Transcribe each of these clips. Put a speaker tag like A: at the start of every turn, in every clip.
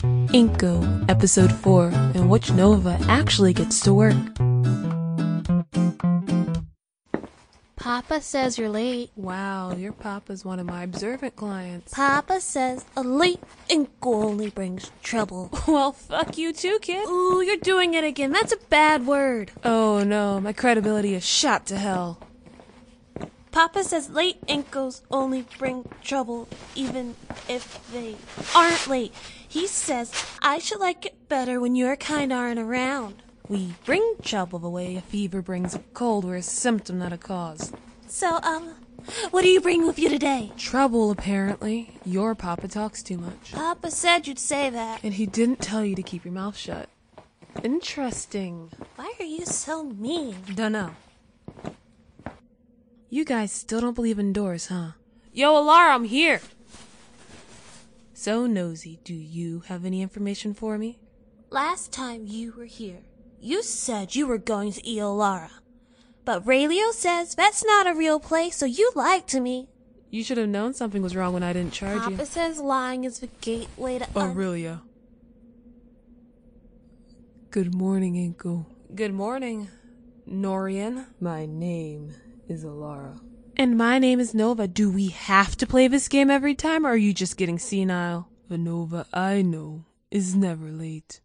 A: Inko, Episode 4, in which Nova actually gets to work.
B: Papa says you're late.
A: Wow, your papa's one of my observant clients.
B: Papa says a late Inkle only brings trouble.
A: well, fuck you too, kid.
B: Ooh, you're doing it again. That's a bad word.
A: Oh no, my credibility is shot to hell.
B: Papa says late Inkles only bring trouble even if they aren't late. He says I should like it better when your kind aren't around.
A: We bring trouble the way a fever brings a cold. We're a symptom, not a cause.
B: So, um, what do you bring with you today?
A: Trouble, apparently. Your papa talks too much.
B: Papa said you'd say that.
A: And he didn't tell you to keep your mouth shut. Interesting.
B: Why are you so mean?
A: Dunno. You guys still don't believe in doors, huh?
B: Yo, Alara, I'm here.
A: So, Nosy, do you have any information for me?
B: Last time you were here, you said you were going to Eolara. But Raylio says that's not a real place, so you lied to me.
A: You should have known something was wrong when I didn't charge
B: Papa
A: you. Oh,
B: says lying is the gateway to un-
A: Aurelia. Good morning, Inkle. Good morning, Norian.
C: My name is Alara.
A: And my name is Nova. Do we have to play this game every time, or are you just getting senile?
C: The Nova I know is never late.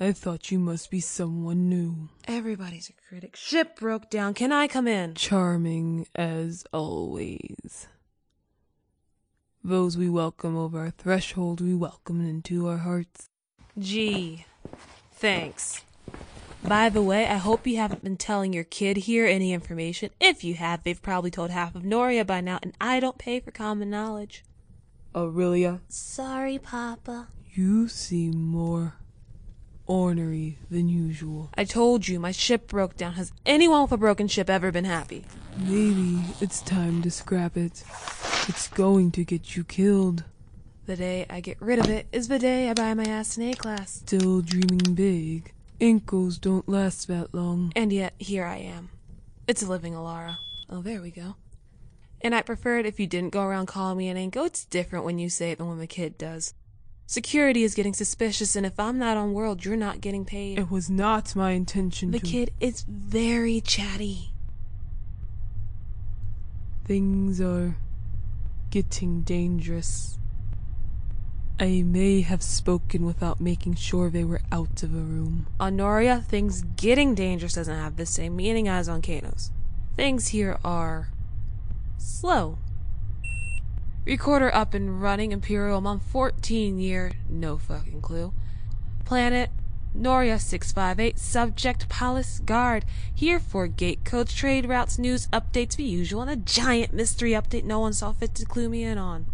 C: I thought you must be someone new.
A: Everybody's a critic. Ship broke down. Can I come in?
C: Charming as always. Those we welcome over our threshold, we welcome into our hearts.
A: Gee, thanks. By the way, I hope you haven't been telling your kid here any information. If you have, they've probably told half of Noria by now, and I don't pay for common knowledge.
C: Aurelia,
B: Sorry, Papa.
C: you seem more ornery than usual.
A: I told you my ship broke down. Has anyone with a broken ship ever been happy?
C: Maybe it's time to scrap it. It's going to get you killed.
A: The day I get rid of it is the day I buy my ass an A class.
C: Still dreaming big. Inkles don't last that long.
A: And yet, here I am. It's a living Alara. Oh, there we go. And I prefer it if you didn't go around calling me an Inko. It's different when you say it than when the kid does. Security is getting suspicious, and if I'm not on world, you're not getting paid.
C: It was not my intention
A: The
C: to.
A: kid is very chatty.
C: Things are getting dangerous. I may have spoken without making sure they were out of the room.
A: Honoria, things getting dangerous doesn't have the same meaning as on Kano's. Things here are slow. Recorder up and running, Imperial Mom 14 year, no fucking clue. Planet, Noria 658, subject Palace Guard. Here for gate codes, trade routes, news updates, the usual, and a giant mystery update no one saw fit to clue me in on.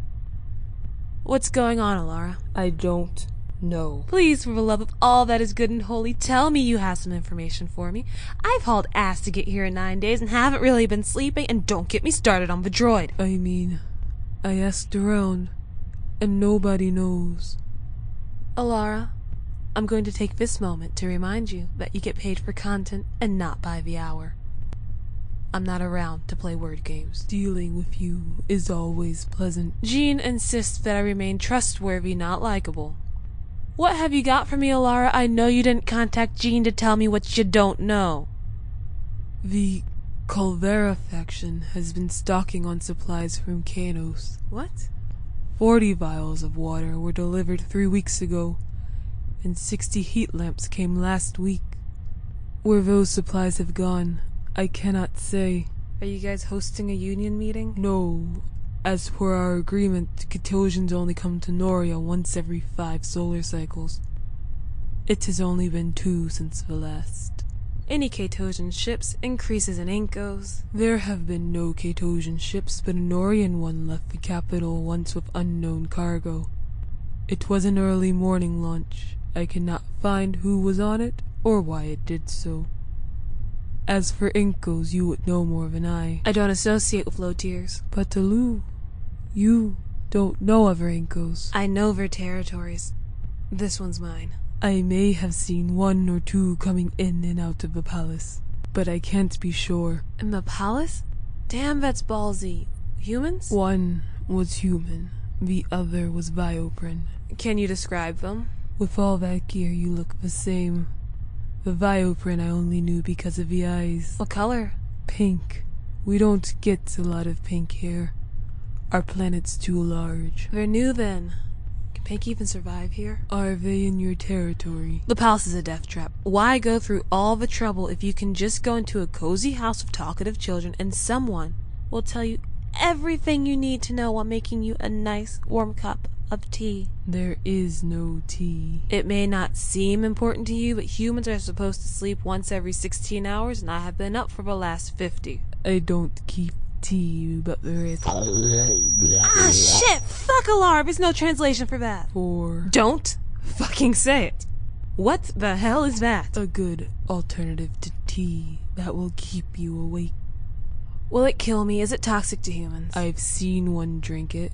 A: What's going on, Alara?
C: I don't know.
A: Please, for the love of all that is good and holy, tell me you have some information for me. I've hauled ass to get here in nine days and haven't really been sleeping, and don't get me started on the droid.
C: I mean, I asked around, and nobody knows.
A: Alara, I'm going to take this moment to remind you that you get paid for content and not by the hour. I'm not around to play word games.
C: Dealing with you is always pleasant.
A: Jean insists that I remain trustworthy, not likable. What have you got for me, Alara? I know you didn't contact Jean to tell me what you don't know.
C: The Calvera faction has been stocking on supplies from Kanos.
A: What?
C: Forty vials of water were delivered three weeks ago, and sixty heat lamps came last week. Where those supplies have gone, I cannot say.
A: Are you guys hosting a union meeting?
C: No, as per our agreement, Catosians only come to Noria once every five solar cycles. It has only been two since the last.
A: Any Katosian ships, increases in Inkos.
C: There have been no Catosian ships, but a Norian one left the capital once with unknown cargo. It was an early morning launch. I cannot find who was on it or why it did so. As for Inkos, you would know more than I.
A: I don't associate with low tiers.
C: But Talu, you don't know of her Inkos.
A: I know their territories. This one's mine.
C: I may have seen one or two coming in and out of the palace, but I can't be sure.
A: And the palace? Damn, that's ballsy. Humans?
C: One was human, the other was Vioprin.
A: Can you describe them?
C: With all that gear, you look the same. The Vioprin I only knew because of the eyes.
A: What color?
C: Pink. We don't get a lot of pink here. Our planet's too large.
A: They're new then. Can Pink even survive here?
C: Are they in your territory?
A: The palace is a death trap. Why go through all the trouble if you can just go into a cozy house of talkative children and someone will tell you everything you need to know while making you a nice warm cup of tea?
C: There is no tea.
A: It may not seem important to you, but humans are supposed to sleep once every 16 hours, and I have been up for the last 50.
C: I don't keep tea, but there is
A: Ah, shit! Fuck alarm! There's no translation for that.
C: for
A: Don't fucking say it. What the hell is that?
C: a good alternative to tea that will keep you awake.
A: Will it kill me? Is it toxic to humans?
C: I've seen one drink it.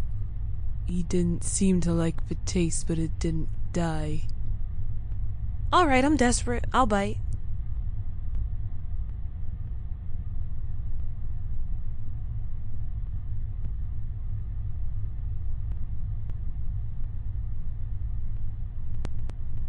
C: He didn't seem to like the taste, but it didn't die.
A: Alright, I'm desperate. I'll bite.